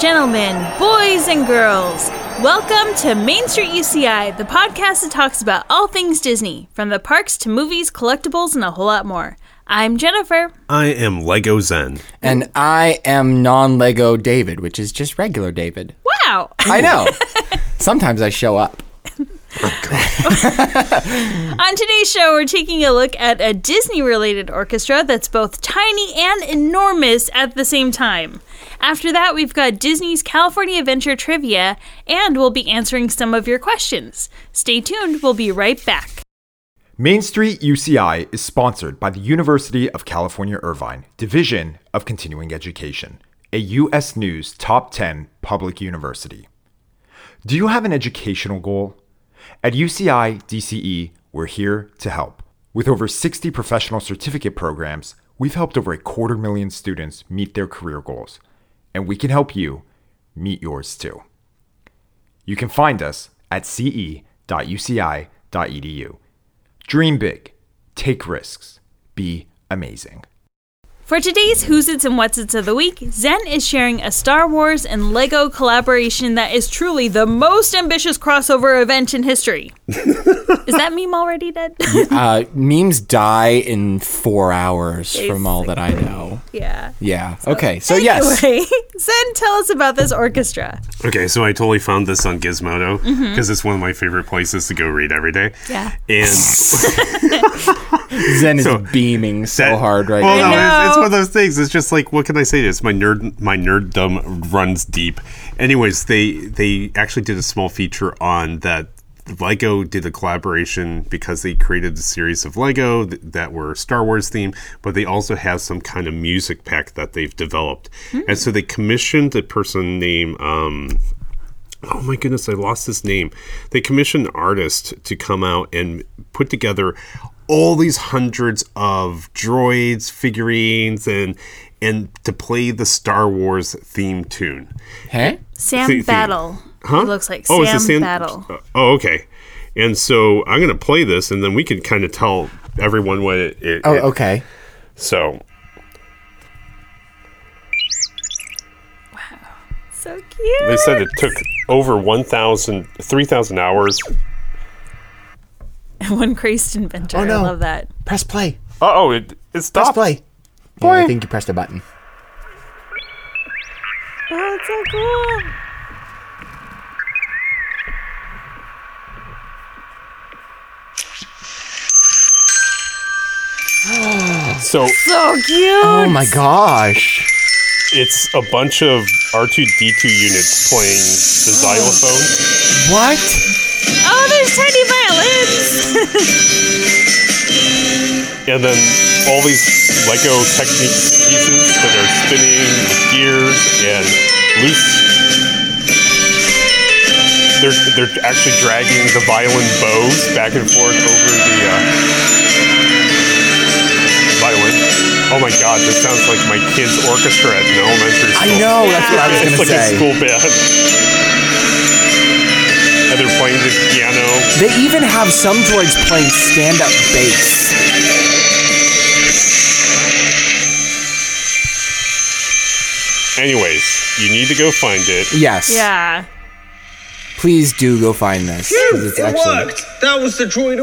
gentlemen, boys, and girls. Welcome to Main Street UCI, the podcast that talks about all things Disney, from the parks to movies, collectibles, and a whole lot more. I'm Jennifer. I am Lego Zen. And I am non Lego David, which is just regular David. Wow. I know. Sometimes I show up. On today's show, we're taking a look at a Disney related orchestra that's both tiny and enormous at the same time. After that, we've got Disney's California Adventure trivia, and we'll be answering some of your questions. Stay tuned, we'll be right back. Main Street UCI is sponsored by the University of California Irvine, Division of Continuing Education, a U.S. News Top 10 public university. Do you have an educational goal? At UCI DCE, E, we're here to help. With over 60 professional certificate programs, we've helped over a quarter million students meet their career goals, and we can help you meet yours too. You can find us at E ce.uci.edu. Dream big, take risks, be amazing. For today's Who's It's and What's It's of the Week, Zen is sharing a Star Wars and LEGO collaboration that is truly the most ambitious crossover event in history. is that meme already dead? Uh, memes die in four hours from all that I know. yeah. Yeah. Okay. So, yes. Anyway, Zen, tell us about this orchestra. Okay, so I totally found this on Gizmodo because it's one of my favorite places to go read every day. Yeah. And Zen is So- beaming so that- hard right well, now. no, it's, it's know. one of those things. It's just like, what can I say? It's my nerd. My nerddom runs deep. Anyways, they they actually did a small feature on that. Lego did a collaboration because they created a series of Lego th- that were Star Wars themed, but they also have some kind of music pack that they've developed. And so they commissioned a person named um, oh my goodness, I lost his name. They commissioned an artist to come out and put together all these hundreds of droids, figurines, and and to play the Star Wars theme tune. Hey? Sam Theme- theme. Battle. Huh? Oh, It looks like it's Sam the Battle. Oh, okay. And so I'm going to play this, and then we can kind of tell everyone what it. it Oh, it- okay. So So cute. they said it took over 1,000, 3,000 hours. One crazed inventor. Oh, no. I love that. Press play. Uh oh, it, it Press stopped. play. Yeah, I think you pressed a button. Oh, it's so cool. So So cute. Oh my gosh. It's a bunch of R2D2 units playing the xylophone. What? Oh, there's tiny violins. And then all these Lego Techniques pieces that are spinning with gears and loose. They're, they're actually dragging the violin bows back and forth over the uh, violin. Oh my god, this sounds like my kids' orchestra at an elementary I school. know. That's what I was It's going to like a say. school band. And they're playing the piano. They even have some droids playing stand up bass. Anyways, you need to go find it. Yes. Yeah. Please do go find this. 'cause it's it excellent. worked. That was the droid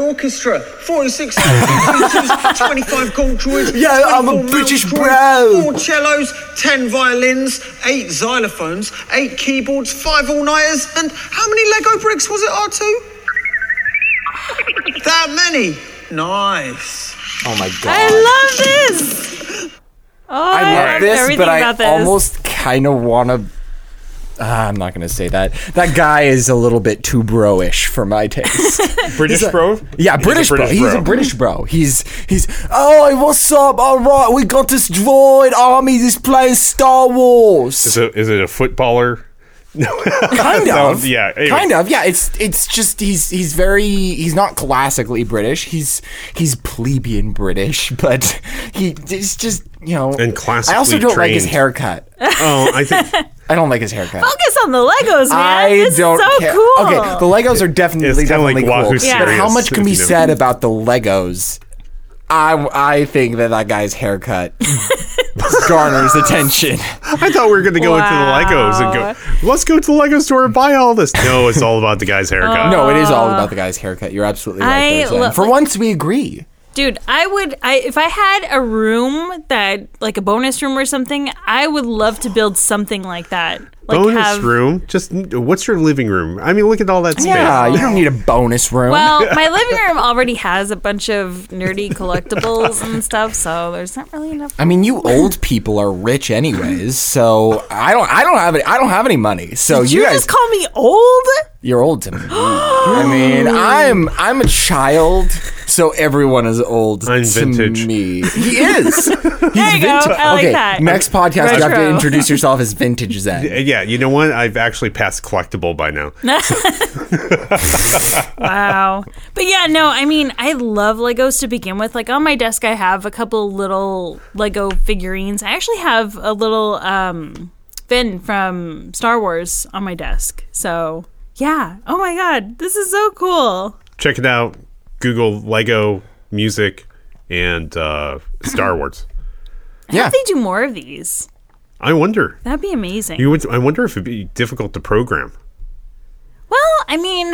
orchestra. 46 features, 25 gold droids. Yeah, I'm a 24 male British droids, bro. Four cellos, 10 violins, 8 xylophones, 8 keyboards, 5 all-nighters, and how many Lego bricks was it, R2? that many? Nice. Oh my god. I love this. Oh, I, I love love this, everything but I about this. almost kind of want to. I'm not going to say that. That guy is a little bit too bro-ish for my taste. British bro? Yeah, He's a British, bro. He's a British bro. He's he's. Oh, hey, what's up? All right, we got this droid army. This playing Star Wars. Is it, is it a footballer? No. Kind Sounds- of. yeah, anyway. Kind of. Yeah. It's it's just he's he's very he's not classically British. He's he's plebeian British, but he it's just you know. And I also classically don't like his trained. haircut. oh, I think I don't like his haircut. focus on the Legos, man. I This is don't so care. cool. Okay, the Legos are definitely It's kinda like definitely Wahoo cool. Yeah. But how Serious, much can if be you know. said about the Legos I, I think that that guy's haircut garners attention. I thought we were going to go into the Legos and go, let's go to the Lego store and buy all this. No, it's all about the guy's haircut. No, it is all about the guy's haircut. You're absolutely right. I there, Jen. lo- For once, we agree. Dude, I would I if I had a room that like a bonus room or something, I would love to build something like that. Like bonus Oh, have- room. Just what's your living room? I mean, look at all that space. Yeah, you don't need a bonus room. Well, my living room already has a bunch of nerdy collectibles and stuff, so there's not really enough. I mean, you old people are rich anyways, so I don't. I don't have any. I don't have any money. So you, You guys, just call me old? you're old to me. I mean, I'm I'm a child, so everyone is old I'm to vintage. me. He is. He's There you go. vintage. I like okay, that. next podcast you have to Retro. introduce yourself as vintage Zen. Yeah, you know what? I've actually passed collectible by now. Wow. But yeah, no, I mean, I love Legos to begin with. Like on my desk, I have a couple little Lego figurines. I actually have a little um, Finn from Star Wars on my desk. So yeah. Oh my God. This is so cool. Check it out. Google Lego music and uh, Star Wars. Yeah. If they do more of these, I wonder. that'd be amazing. You would, I wonder if it'd be difficult to program. Well, I mean,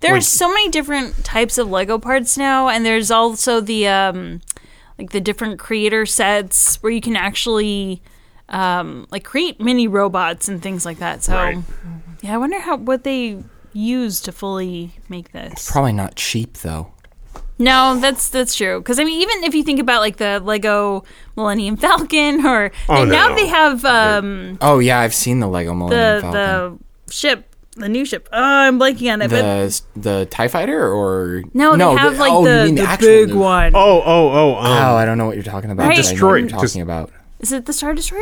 there are Like- so many different types of Lego parts now, and there's also the um, like the different creator sets where you can actually um, like create mini robots and things like that. So, Oh. Right. yeah, I wonder how what they use to fully make this. Probably not cheap though. No, that's that's true. Because I mean, even if you think about like the Lego Millennium Falcon, or Oh, and now no. they have um, Oh yeah, I've seen the Lego Millennium Falcon. the the ship, the new ship. Oh, I'm blanking on it, but the the Tie Fighter or No, they have the- like oh, you the, mean the, actual big new- one. Oh, oh, oh. Um, Oh, I don't know what you're talking about. Right. but I know what Destroy- you're just- talking about. Is it the Star Destroyer?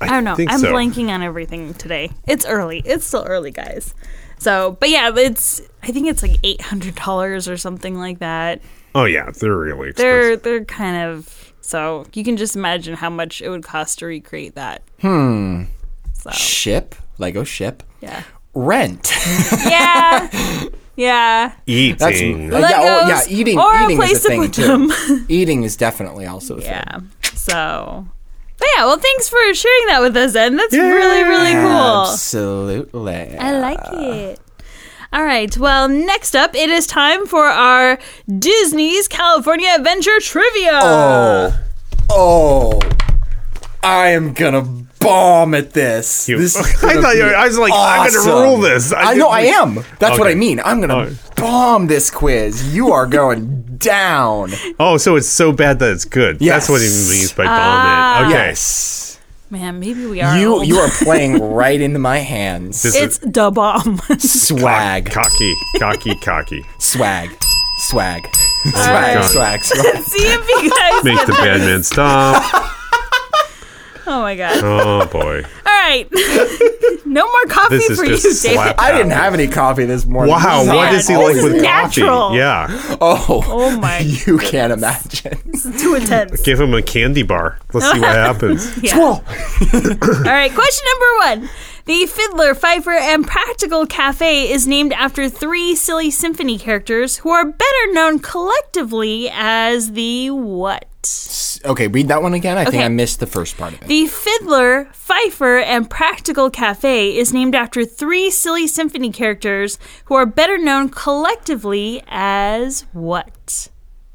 I, I don't know. think I'm so. blanking on everything today. It's early. It's still early, guys. So, but yeah, it's I think it's like eight hundred dollars or something like that. Oh, yeah. They're really expensive. They're they're kind of so you can just imagine how much it would cost to recreate that. Ship, Lego ship, Yeah. rent. Yeah. yeah. Eating. Like, yeah, oh, yeah, Legos eating or a eating place is to a thing put too. eating is definitely also a thing. Yeah. So but yeah, well thanks for sharing that with us, and that's really, really cool. Absolutely. I like it. All right. Well, next up, it is time for our Disney's California Adventure Trivia. Uh, Oh, oh, I am gonna bomb at this. You- This is I gonna thought you be were- I was like, I'm gonna awesome. rule this. I I, know I didn't- am. That's what Okay. I mean. I'm gonna Alright. bomb this quiz. You are going down. Oh, so it's so bad that it's good. That's what he Yes. means by Ah. bomb it. Okay. Yes. Man, maybe we are. You old. you are playing right into my hands. This It's da bomb. swag, cocky, cocky, cocky. swag, swag, my swag, God. swag, swag. See if you guys. Make the bad man stop. Oh my god! All Oh boy. right. no more coffee This is for just you, David. slap. I didn't have any coffee this morning. Wow, This is what bad. is he This like is with natural. coffee? Yeah. Oh, Oh my! you can't imagine. Too intense. Give him a candy bar. Let's see what happens. Yeah. All right, question number one. The Fiddler, Pfeiffer, and Practical Cafe is named after three Silly Symphony characters who are better known collectively as the what? Okay, read that one again. I think Okay. I missed the first part of it. The Fiddler, Pfeiffer, and Practical Cafe is named after three Silly Symphony characters who are better known collectively as what?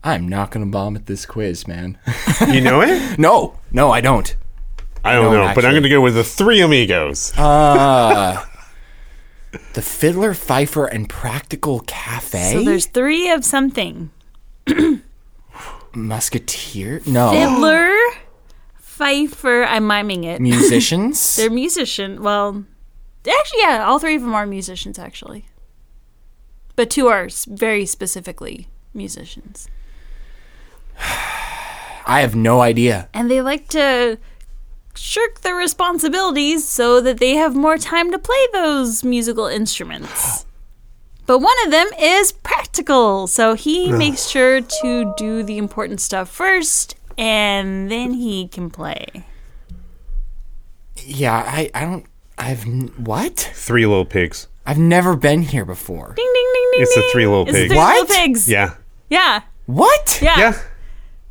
I'm not gonna bomb at this quiz, man. You know it? no, no, I don't. I don't No, know, Uh, but I'm actually. gonna go with the three amigos. The Fiddler, Pfeiffer, and Practical Cafe. So there's three of something. Musketeer. No, Fiddler, Pfeiffer, I'm miming it. musicians. They're musician. Well, actually, yeah, all three of them are musicians, actually. But two are s- very specifically musicians, I have no idea. and they like to shirk their responsibilities so that they have more time to play those musical instruments. But one of them is practical, so he makes sure to do the important stuff first, and then he can play. Yeah, I, I don't. I've n- what? Three little pigs. I've never been here before. Ding ding ding ding. It's the ding. three little It's the pigs. three little What? pigs. Yeah. Yeah. What? Yeah. Yeah.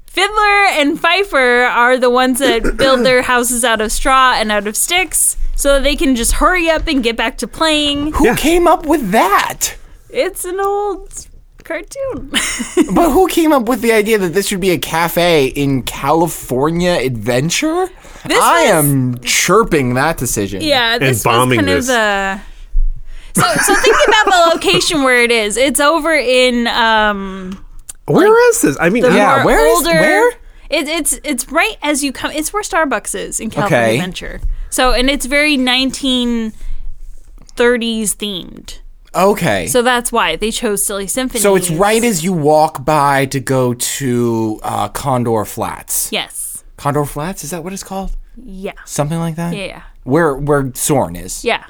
Fiddler and Pfeiffer are the ones that build their houses out of straw and out of sticks so that they can just hurry up and get back to playing. Who came up with that? It's an old cartoon. But who came up with the idea that this should be a cafe in California Adventure? I was- am chirping that decision. yeah, this was bombing kind this. of the So so think about the location where it is. It's over in um Where is this? I mean, the I- Yeah, more where is- older. where? It, it's it's right as you come. It's where Starbucks is in California Okay. Adventure. So and it's very 1930s themed. Okay. So, So that's why they chose Silly Symphony. it's right as you walk by to go to uh, Condor Flats. Yes. Condor Flats is that what it's called? Yeah. Something like that. Yeah, yeah. Where where Soren is. Yeah.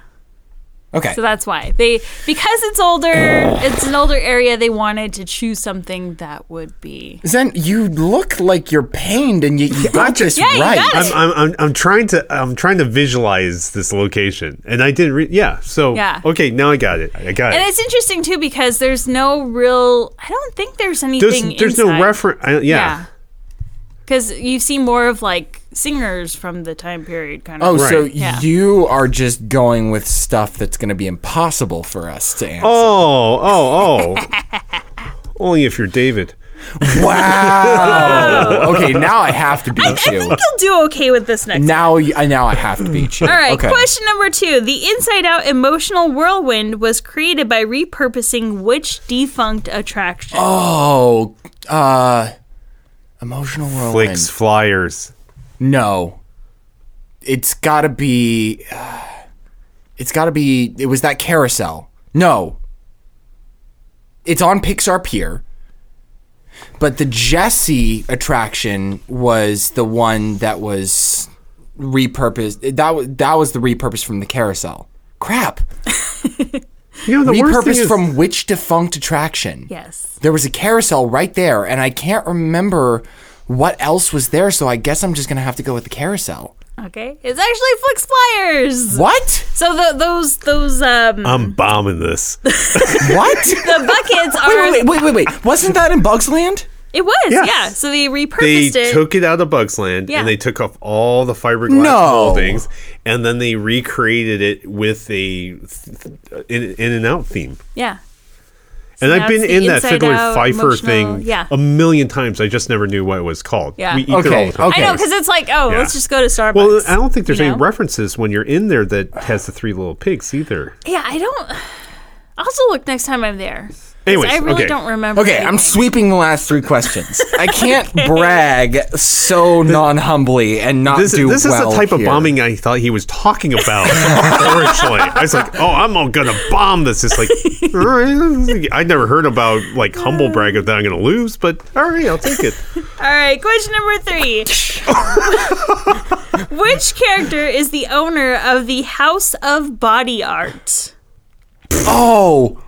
Okay. So that's why they because it's older. it's an older area. They wanted to choose something that would be. Zen, you look like you're pained, and you, you got this Yeah, you right. got it. I'm, I'm, I'm trying to I'm trying to visualize this location, and I didn't. Re- yeah. So Yeah. okay, now I got it. I got And it. it's interesting too because there's no real. I don't think there's There's anything. there's inside. no reference. Yeah. Yeah. Because you see more of like singers from the time period, kind Oh, of. so Right. Yeah. you are just going with stuff that's going to be impossible for us to answer. Oh oh oh. Only if you're David. Wow. okay, now I have to beat I you. think you'll do okay with this next. Now, y- I now I have to beat you. All right, Okay. question number two. The Inside Out Emotional Whirlwind was created by repurposing which defunct attraction? Oh, uh, emotional whirlwind. Flicks flyers. No, it's got to be. Uh, it's got to be. It was that carousel. No, it's on Pixar Pier. But the Jesse attraction was the one that was repurposed. That was that was the repurpose from the carousel. Crap. You know the worst thing repurposed is from which defunct attraction? Yes. There was a carousel right there, and I can't remember what else was there, so I guess I'm just gonna have to go with the carousel. Okay. It's actually Flix Flyers. What? So the, those those um I'm bombing this. What? the buckets are wait, wait, wait, wait, wait. Wasn't that in Bugs Land? it was Yes. yeah. So they they repurposed it. took it out of Bugs Land Yeah. and they took off all the fiberglass No. moldings and then they recreated it with a th- th- in, in and out theme. yeah. and now I've been it's the in that inside Fiddler out, Pfeiffer emotional- thing yeah. a million times. I just never knew what it was called. Yeah. We eat it all Okay, the time. okay. I know because it's like oh Yeah. let's just go to Starbucks. Well, I don't think there's you any know? references when you're in there that has the three little pigs either. Yeah, I don't. I'll also look next time I'm there. 'Cause Anyways, I really okay. don't remember. Okay, I'm anything. sweeping the last three questions. I can't brag so non humbly and not This, do this is well the type of here. bombing I thought he was talking about originally. I was like, "Oh, I'm all gonna bomb this." It's like, all right. I never heard about like humble brag that I'm gonna lose, but all right, I'll take it. All right, question number three. Which character is the owner of the House of Body Art? Oh,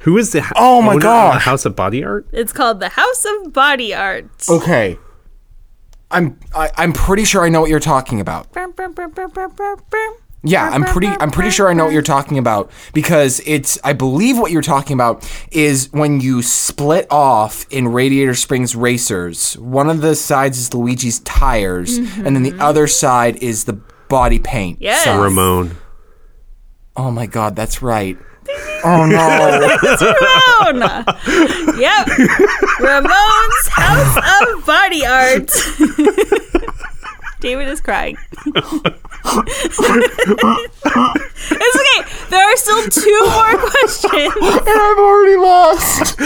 Who is the ho- Oh my owner of the gosh. House of Body Art? It's called the House of Body Art. Oh. okay. I'm I, I'm pretty sure I know what you're talking about. Brum, brum, brum, brum, brum, brum, brum. Yeah, I'm pretty I'm pretty sure I know what you're talking about because it's I believe what you're talking about is when you split off in Radiator Springs Racers. One of the sides is Luigi's tires and then the other side is the body paint. Mm-hmm. Yes. side. Ramon. Oh my god, that's right. oh no. Ramon. yep. Ramon's House of Body Art. David is crying. it's okay. There are still two more questions. I've already lost.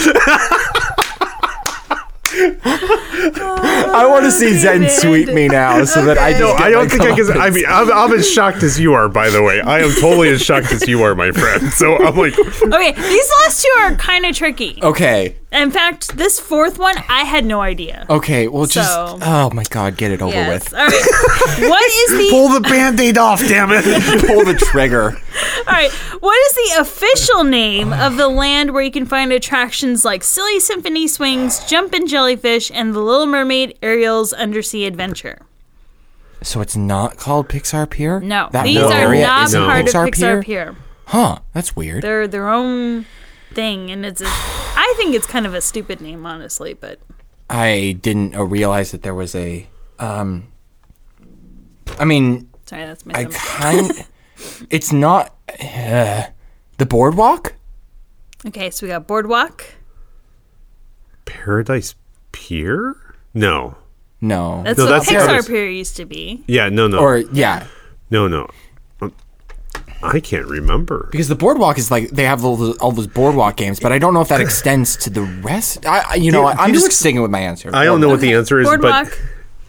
I want to see Zen Oh, David. sweep me now so that I No, don't I don't think I can. I mean, I'm, I'm as shocked as you are. By the way, I am totally as shocked as you are, my friend. So I'm like, Okay, these last two are kind of tricky. Okay. In fact, this fourth one, I had no idea. Okay, well just So- Oh my god, get it over with. Yes. All right. What is the pull the band-aid off, damn it! pull the trigger. All right. What is the official name of the land where you can find attractions like Silly Symphony Swings, Jumpin' Jellyfish, and The Little Mermaid Ariel's Undersea Adventure? So it's not called Pixar Pier? No, That these whole are area not is in part Pixar of Pixar Pier? Huh, that's weird. They're their own thing, and it's. A, I think it's kind of a stupid name, honestly, but I didn't uh, realize that there was a. Um, I mean, Sorry, that's my I stomach. kind. it's not uh, the boardwalk. okay, so we got Boardwalk. Paradise Pier? No. No. That's No, what that's the Pixar others. Pier used to be. Yeah, no, no. or yeah, no, no. Um, I can't remember. because the boardwalk is like they have all those, all those boardwalk games, but I don't know if that extends to the rest. I, I you know, you- I, do I'm you just ex- sticking with my answer. I don't know what the answer is, Boardwalk. but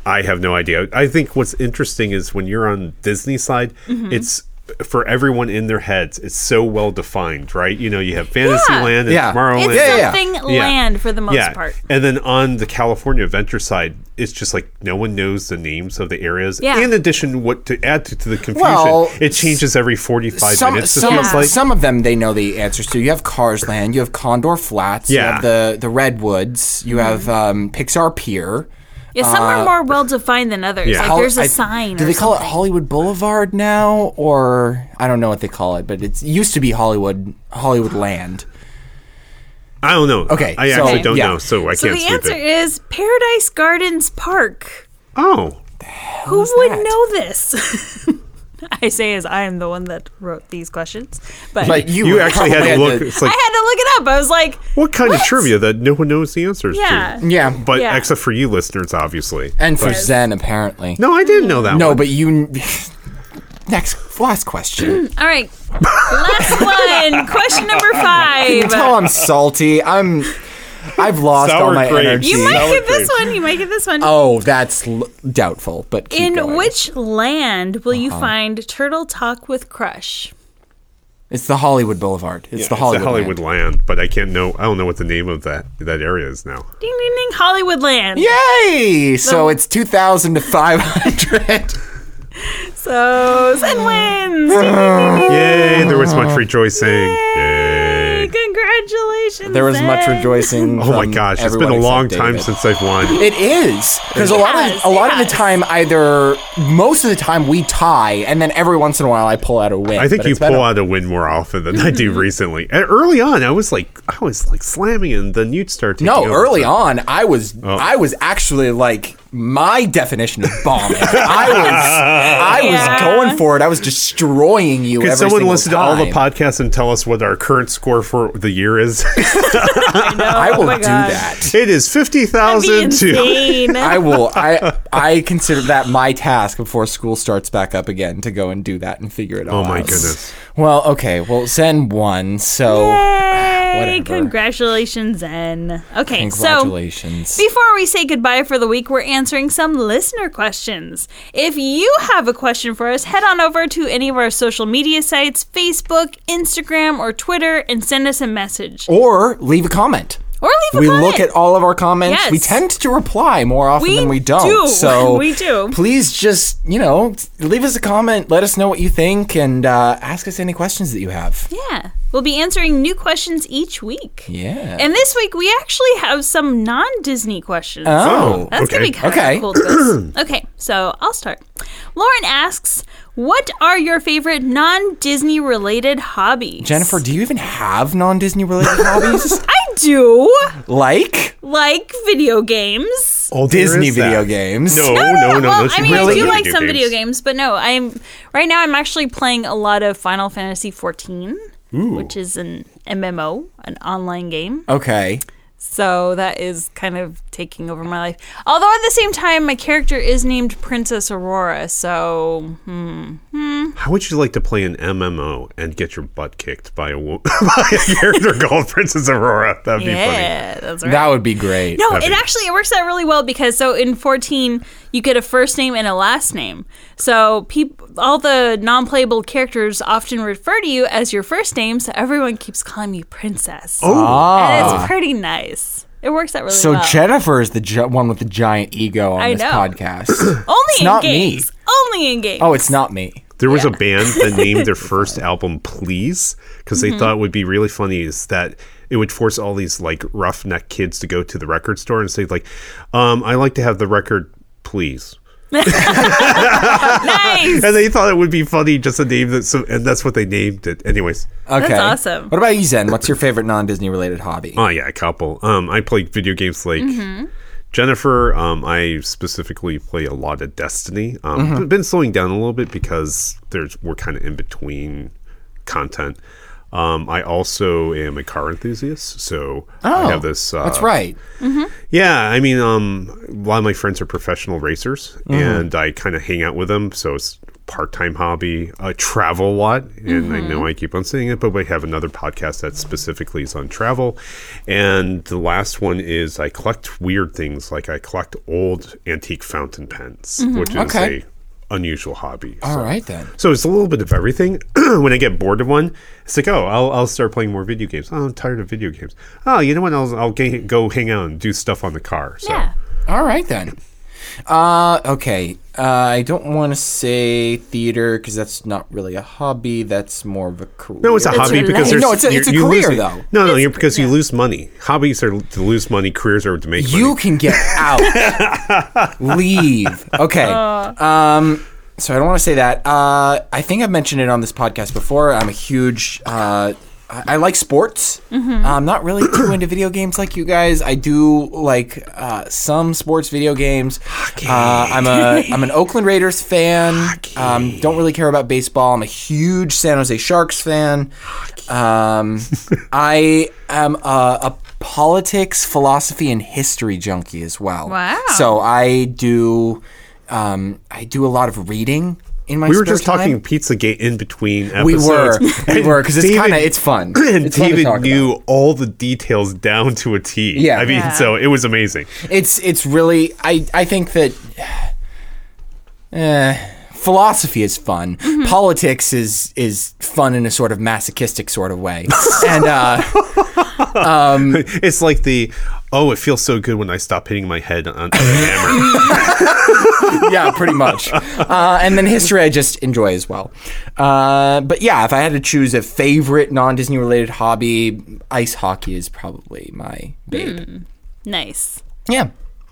I have no idea. I think what's interesting is when you're on Disney side, Mm-hmm. it's for everyone in their heads. It's so well defined, right? You know, you have Fantasyland and Yeah. Tomorrowland. It's yeah, yeah. something Yeah. land for the most yeah. part. And then on the California Adventure side, it's just like no one knows the names of the areas. Yeah. In addition, what to add to, to the confusion, Well, it changes every 45 some minutes. it some, feels like. some of them they know the answers to. You have Cars Land, you have Condor Flats, you Yeah. have the the Redwoods, Mm-hmm. you have um, Pixar Pier. Yeah, some are more well defined than others. Yeah. Like Hol- there's a Uh, I- sign. Do or they call it something. Hollywood Boulevard now, or I don't know what they call it, but it's- it used to be Hollywood Hollywood Land. I don't know. Okay, I so- actually don't yeah. know, so I So can't the sleep answer it. is Paradise Gardens Park. Oh, Who is would that? know this? I say as I am the one that wrote these questions, but, But you, you actually had to probably look. It's I like had to look it up. I was like, what kind of What? trivia that no one knows the answers yeah, to? yeah, but But Yeah. except for you listeners, obviously. and for Zen apparently. No, I didn't know that. No, one. but you. Next, last question. All right, last one. Question number five. Tell I'm salty. I'm. I've lost all Sour my grapes. energy. you might Sour get this grapes. one. You might get this one. oh, that's l- doubtful. But keep In going. Uh-huh. which land will you find Turtle Talk with Crush? It's the Hollywood Boulevard. It's the It's the Hollywood. Hollywood Land. land. but I can't know. I don't know what the name of that that area is now. Ding ding ding! Hollywood Land. Yay! So it's two thousand to five hundred. So Zen wins. Ding, ding, Yay! There was much rejoicing. Yay! ding. Congratulations. There was much Zen. rejoicing. Oh my from gosh! It's been everyone a long except time David. since I've won. It is because a lot Yes, of a lot of the yes. time, either most of the time we tie, and then every once in a while I pull out a win. I think but you it's been pull a- out a win more often than I Mm-hmm. do recently. And early on, I was like, I was like slamming, and then you'd start. Taking No, over. early on, I was Oh. I was actually like my definition of bombing. I was I Yeah. was going for it. I was destroying you. Could every someone single listen time. to all the podcasts and tell us what our current score for the year is? I will Oh my do gosh. that. it is fifty That'd be thousand to. insane. I will. I I consider that my task before school starts back up again to go and do that and figure it all Oh out. my goodness! Well, okay. Well, Zen won, so Yay! whatever. Congratulations, Zen. Okay, congratulations. so before we say goodbye for the week, we're answering some listener questions. If you have a question for us, head on over to any of our social media sites Facebook, Instagram, or Twitter and send us a message. or leave a comment. Or leave a we comment. look at all of our comments. Yes. We tend to reply more often We than we don't. do. So We do. Please just you know leave us a comment. Let us know what you think and uh, ask us any questions that you have. Yeah. We'll be answering new questions each week. Yeah. And this week we actually have some non Disney questions. oh, That's gonna Okay. be kind Okay. of cool. twist. okay, so I'll start. Lauren asks, "What are your favorite non-Disney related hobbies?" Jennifer, do you even have non-Disney related hobbies I do like like video games. Oh, there Disney is that. video games? No, no, no, no. well, she I mean, really I do does like some video games, but no, I'm right now. I'm actually playing a lot of Final Fantasy XIV, which is an MMO, an online game. Okay. So that is kind of taking over my life. Although at the same time, my character is named Princess Aurora, so How would you like to play an MMO and get your butt kicked by a, wo- by a character called Princess Aurora? That'd be funny. yeah, that's right. That would be great. No, That'd it be- actually it works out really well because so in 14 you get a first name and a last name. So peop- all the non-playable characters often refer to you as your first name, so everyone keeps calling you princess. Oh, and it's pretty nice. It works out really Ah. So well. Jennifer is the gi- one with the giant ego on I this know. podcast. Only in not me. games. Only in games. oh, it's not me. There was a band that named their first album "Please" because Mm-hmm. they thought would be really funny is that it would force all these like roughneck kids to go to the record store and say like, um, "I like to have the record, please." nice. And they thought it would be funny just a name that, so, and that's what they named it. Anyways, Okay. awesome. What about Uh, you, Zen? What's your favorite non-Disney related hobby? oh yeah, a couple. Um, I played video games like Jennifer, um, I specifically play a lot of Destiny. Um, I've been slowing down a little bit because there's we're kind of in between content. Um, I also am a car enthusiast, so I have this. Uh, That's right. Yeah, I mean, um, a lot of my friends are professional racers, and I kind of hang out with them. So it's part-time hobby. I travel a lot, and I know I keep on saying it, but we have another podcast that specifically is on travel. And the last one is I collect weird things, like I collect old antique fountain pens, which is Okay. a unusual hobby. All so. right then. So it's a little bit of everything. when I get bored of one, it's like, oh, I'll, I'll start playing more video games. Oh, I'm tired of video games. Oh, you know what? I'll, I'll ga- go hang out and do stuff on the car. So. Yeah. All right then. Uh, okay. Uh, I don't want to say theater because that's not really a hobby. That's more of a career. No, it's a That's hobby what it because is. there's No, it's a- you- it's a you lose career, it. though. No, no, you because you lose money. Hobbies are to lose money. Careers are to make You money. can get out. Leave. Okay. Um, so I don't want to say that. Uh, I think I've mentioned it on this podcast before. I'm a huge. Uh, I I like sports. I'm not really too into video games like you guys. I do like uh, some sports video games. Uh, I'm a I'm an Oakland Raiders fan. Um, don't really care about baseball. I'm a huge San Jose Sharks fan. Um, I am a, a politics, philosophy, and history junkie as well. Wow. So I do, um, I do a lot of reading in my. We were spare just talking time. Pizza Gate in between We episodes. were, we And were, because it's David- kind of it's fun. And It's fun to David talk about. knew all the details down to a T. Yeah. I mean, Yeah. so it was amazing. It's it's really I I think that eh, philosophy is fun. Politics is is fun in a sort of masochistic sort of way. and uh, It's like the oh, it feels so good when I stop hitting my head on on the hammer. yeah, pretty much. Uh, and then history I just enjoy as well. Uh, but yeah, if I had to choose a favorite non Disney related hobby, ice hockey is probably my babe. Nice. Yeah.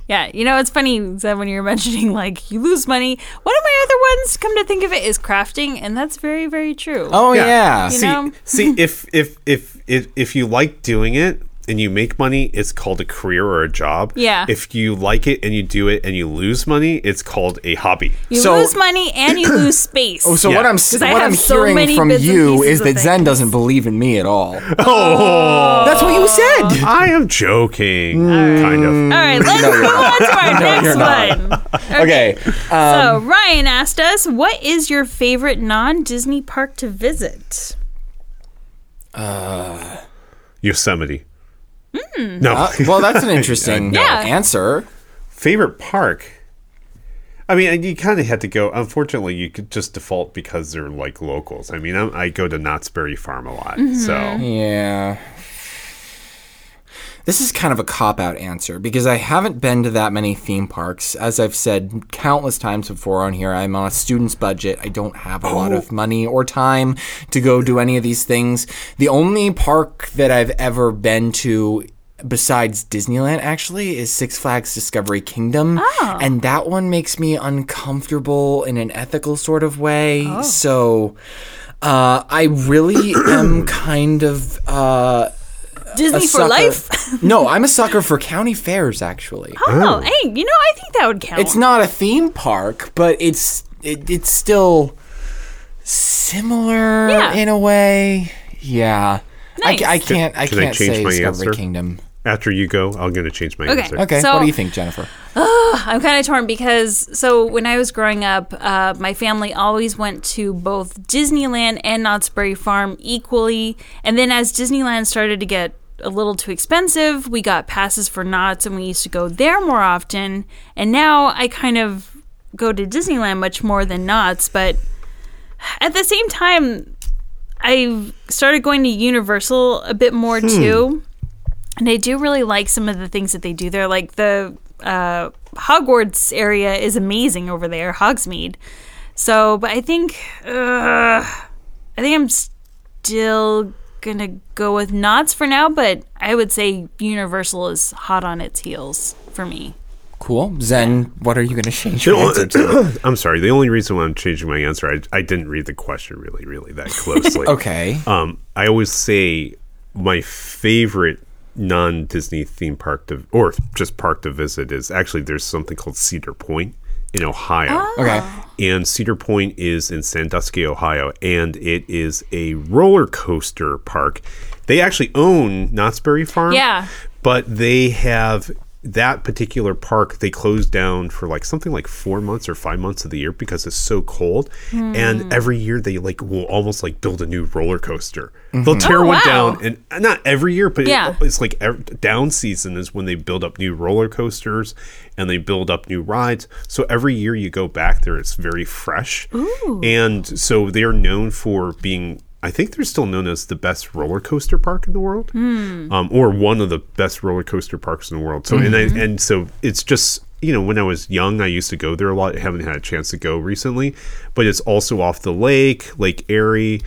Yeah, you know it's funny Zeb, when you were mentioning like you lose money. One of my other ones, come to think of it, is crafting, and that's very, very true. Oh yeah. You See, know? see if, if if if if you like doing it and you make money, it's called a career or a job. Yeah. If you like it and you do it and you lose money, it's called a hobby. You so- lose money and you lose space. Oh, so Yeah. what I'm 'Cause what I have I'm so hearing many from bits and you pieces is of that Zen things. doesn't believe in me at all. Oh, that's what you said. I am joking, kind of. All right, let's move on to our next one. Um, Okay. so Ryan asked us, "What is your favorite non-Disney park to visit?" Yosemite. Hmm. No, Well, that's an interesting Yeah. answer. favorite park. I mean, and you kind of had to go. Unfortunately, you could just default because they're like locals. I mean, I'm, I go to Knott's Berry Farm a lot, Mm-hmm. so Yeah. This is kind of a cop out answer because I haven't been to that many theme parks. As I've said countless times before on here, I'm on a student's budget. I don't have a lot of money or time to go do any of these things. The only park that I've ever been to besides Disneyland actually is Six Flags Discovery Kingdom. And that one makes me uncomfortable in an ethical sort of way. So uh, I really am kind of uh, a Disney for sucker- life. no, I'm a sucker for county fairs. Actually, Oh, hey, you know I think that would count. it's not a theme park, but it's it, it's still similar Yeah. in a way. Yeah, I Nice. ca- I, can't I Can I can't change say my Discovery answer? Kingdom. after you go, I'm going to change my Okay. answer. Okay, So- what do you think, Jennifer? I'm kind of torn because so when I was growing up, uh, my family always went to both Disneyland and Knott's Berry Farm equally, and then as Disneyland started to get a little too expensive, we got passes for Knott's, and we used to go there more often. And now I kind of go to Disneyland much more than Knott's, but at the same time, I started going to Universal a bit more too. And I do really like some of the things that they do there. Like the uh, Hogwarts area is amazing over there, Hogsmeade. So, but I think uh, I think I'm still gonna go with Knott's for now. But I would say Universal is hot on its heels for me. Cool, Zen. What are you going to change The your answer to? only- I'm sorry. The only reason why I'm changing my answer, I, I didn't read the question really, really that closely. Okay, Um, I always say my favorite non-Disney theme park to, or just park to visit is actually there's something called Cedar Point in Ohio. Okay. And Cedar Point is in Sandusky, Ohio, and it is a roller coaster park. They actually own Knott's Berry Farm. Yeah. But they have that particular park they closed down for like something like four months or five months of the year because it's so cold. Hmm. And every year they like will almost like build a new roller coaster. They'll tear Oh, one wow. down and and not every year, but it- Yeah. it's like ev down season is when they build up new roller coasters and they build up new rides. So every year you go back there, it's very fresh. And so they are known for being. I think they're still known as the best roller coaster park in the world, um, or one of the best roller coaster parks in the world. So and I, and so it's just you know when I was young, I used to go there a lot. I haven't had a chance to go recently, but it's also off the lake, Lake Erie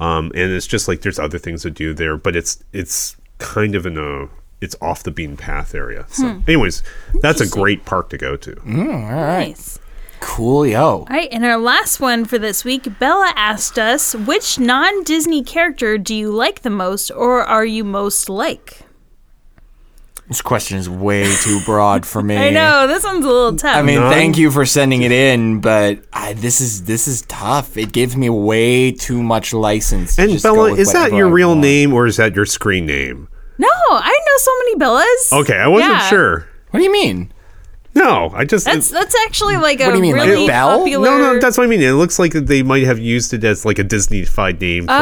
um, and it's just like there's other things to do there, but it's it's kind of in a it's off the beaten path area. So, Hmm. anyways, that's a great park to go to. Mm, Nice. Coolio. All right, and our last one for this week, Bella asked us, which non-Disney character do you like the most or are you most like? This question is way too broad for me. I know, this one's a little tough. I mean, None? thank you for sending it in, but I, this is this is tough. It gives me way too much license. to And just go Bella, with is that whatever your I real want. name or is that your screen name? no, I know so many Bellas. Okay, I wasn't Yeah. sure. What do you mean? No, I just That's that's actually like a do you mean, like really Belle? popular. no, no, that's what I mean. It looks like they might have used it as like a Disney-fied name for you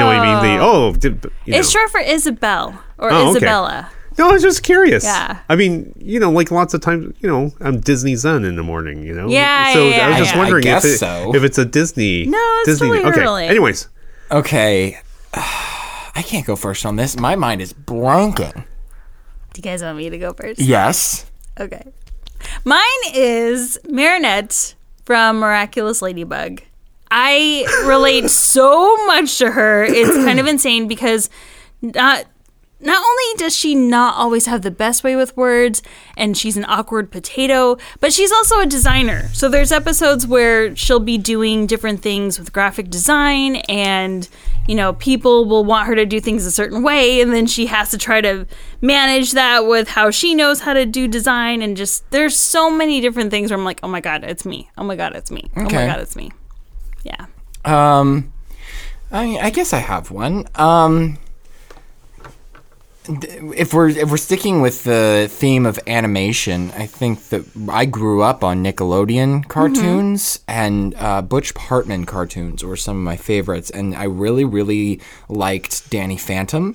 know what I mean. They oh, did, you it's know. short for Isabel or Oh, okay. Isabella. No, I was just curious. Yeah. I mean, you know, like lots of times, you know, I'm Disney Zen in the morning, you know? Yeah, So yeah, yeah, I was just yeah. wondering I guess if, it- so. if it's a Disney. No, it's Disney. totally okay. early. Anyways, Okay, I can't go first on this. My mind is blanking. Do you guys want me to go first? Yes. Okay. Mine is Marinette from Miraculous Ladybug. I relate so much to her. It's kind of insane because not not only does she not always have the best way with words and she's an awkward potato, but she's also a designer. So there's episodes where she'll be doing different things with graphic design and you know, people will want her to do things a certain way and then she has to try to manage that with how she knows how to do design and just there's so many different things where I'm like, "Oh my god, it's me. Oh my god, it's me. Oh Okay. my god, it's me." Yeah. Um, I I guess I have one. Um, d- if we're if we're sticking with the theme of animation, I think that I grew up on Nickelodeon cartoons and uh, Butch Hartman cartoons were some of my favorites, and I really really liked Danny Phantom.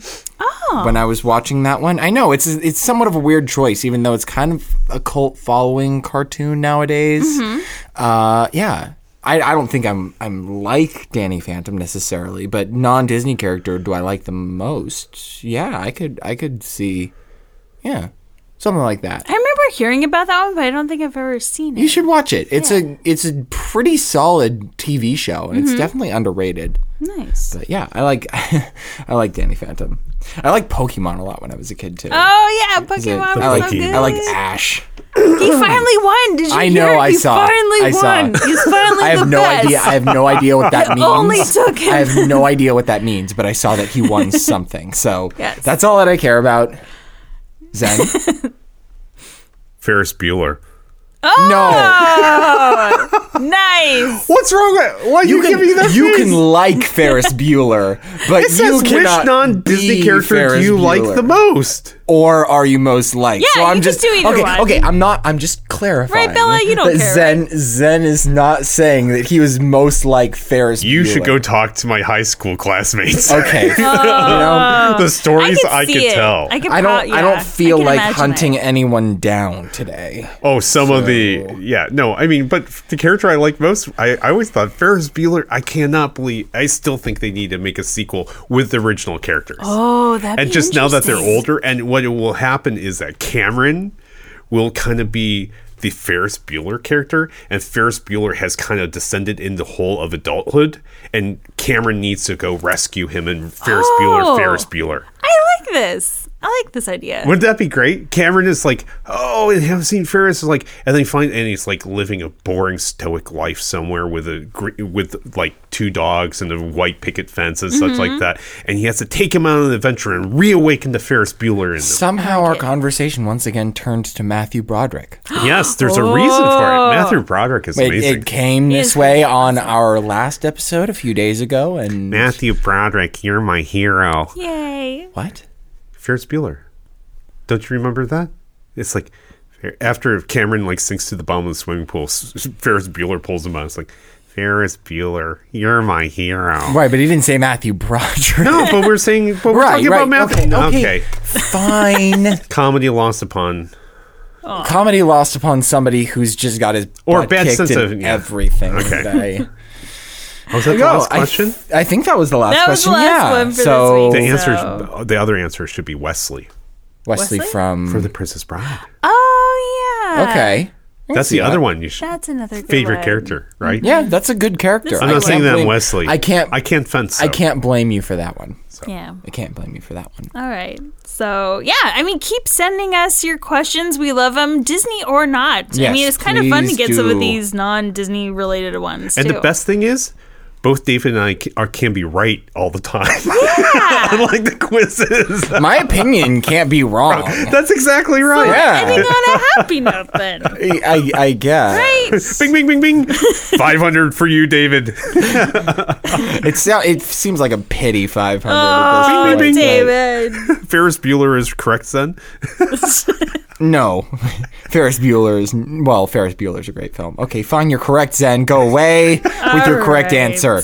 When I was watching that one, I know it's it's somewhat of a weird choice, even though it's kind of a cult following cartoon nowadays. Uh, yeah. I, I don't think I'm I'm like Danny Phantom necessarily, but non Disney character do I like the most? Yeah, I could I could see, yeah, something like that. I remember hearing about that one, but I don't think I've ever seen it. You should watch it. It's a it's a pretty solid TV show, and it's definitely underrated. Nice. But yeah, I like I like Danny Phantom. I like Pokemon a lot when I was a kid too. Oh yeah, Pokemon was I like so good. I like Ash. he finally won. Did you I hear? know, I he saw it. Finally I saw won. it. He's finally I the have no best. idea. I have no idea what that means. only took him. I have no idea what that means, but I saw that he won something. So Yes. that's all that I care about. Zen. Ferris Bueller. no. Ah! nice. What's wrong with Why you, give me that you can like Ferris Bueller, but It says you which cannot non-Disney be character Ferris do you like Bueller. the most? Or are you most like? Yeah, so you I'm can just do either okay. one. Okay, I'm not. I'm just clarifying. Bella? You don't that care, Zen Zen is not saying that he was most like Ferris. You should Bueller. go talk to my high school classmates. Okay. you Oh. know, the stories I see could it. tell. I, could I pro- don't. I yeah, don't feel can like imagine hunting It. anyone down today. Oh, some of the yeah, no, I mean, but the character I like most, I, I always thought Ferris Bueller. I cannot believe. I still think they need to make a sequel with the original characters. Oh, that. and just now that they're older, and what it will happen is that Cameron will kind of be the Ferris Bueller character, and Ferris Bueller has kind of descended in the hole of adulthood, and Cameron needs to go rescue him, and Ferris Oh. Bueller, Ferris Bueller. I like this. I like this idea. Wouldn't that be great? Cameron is like, oh, and have seen Ferris is like, and then you find and he's like living a boring stoic life somewhere with a gr- with like two dogs and a white picket fence and such like that, and he has to take him out on an adventure and reawaken the Ferris Bueller in him. Somehow our conversation once again turned to Matthew Broderick. Yes, there's a reason for it. Matthew Broderick is It, amazing. it came this Yes. way on our last episode a few days ago, and Matthew Broderick, you're my hero. Yay. what? Ferris Bueller. Don't you remember that? It's like after Cameron like sinks to the bottom of the swimming pool, S- Ferris Bueller pulls him out. It's like Ferris Bueller, you're my hero. Right, but he didn't say Matthew Broderick. No, but we're saying, but we're Right, talking right. about Matthew. Okay, okay. Fine. comedy lost upon Comedy lost upon somebody who's just got his Or butt bad kicked sense in of- yeah. everything. Okay. was that the last question? I, think that was the last That was the question. last yeah. one for this so the week. answer, is- So- the other answer should be Wesley Wesley, Wesley? from for the Princess Bride. Ah, Oh yeah. okay. That's the other one. You should That's another good favorite one. character, right? Yeah, that's a good character. I'm I not saying can't that I'm blame- Wesley. I can't. I can't fence. I though. can't blame you for that one. Yeah. I can't blame you for that one. All right. So, yeah, I mean, keep sending us your questions. We love them, Disney or not. I Yes, mean, it's kind of fun to please get some do. of these non Disney related ones. And too. the best thing is, both David and I ca- are, can be right all the time. Unlike the quizzes. My opinion can't be wrong. That's exactly right. Ending yeah, on a happy note, then. I, I guess. Right. Bing, bing, bing, bing. 500 for you, David. It sou- it seems like a pity five hundred. Oh, at this point, but- David. Ferris Bueller is correct then. No, Ferris Bueller's. Well, Ferris Bueller's a great film. Okay, fine. You're correct, Zen. Go away with your correct right. answer. All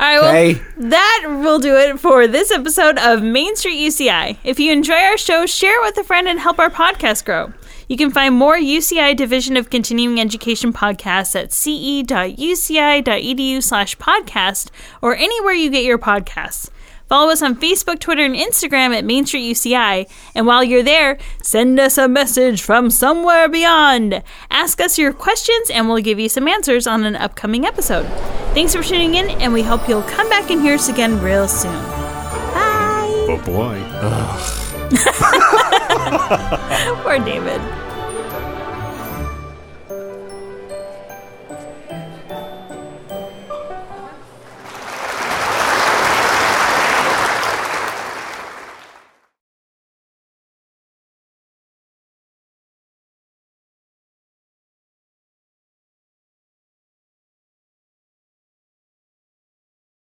right, well, Okay. that will do it for this episode of Main Street UCI. If you enjoy our show, share it with a friend and help our podcast grow. You can find more UCI Division of Continuing Education podcasts at ce.uci.edu e slash podcast or anywhere you get your podcasts. Follow us on Facebook, Twitter, and Instagram at Main Street UCI. And while you're there, send us a message from somewhere beyond. Ask us your questions, and we'll give you some answers on an upcoming episode. Thanks for tuning in, and we hope you'll come back and hear us again real soon. Bye! Oh, boy. Poor David.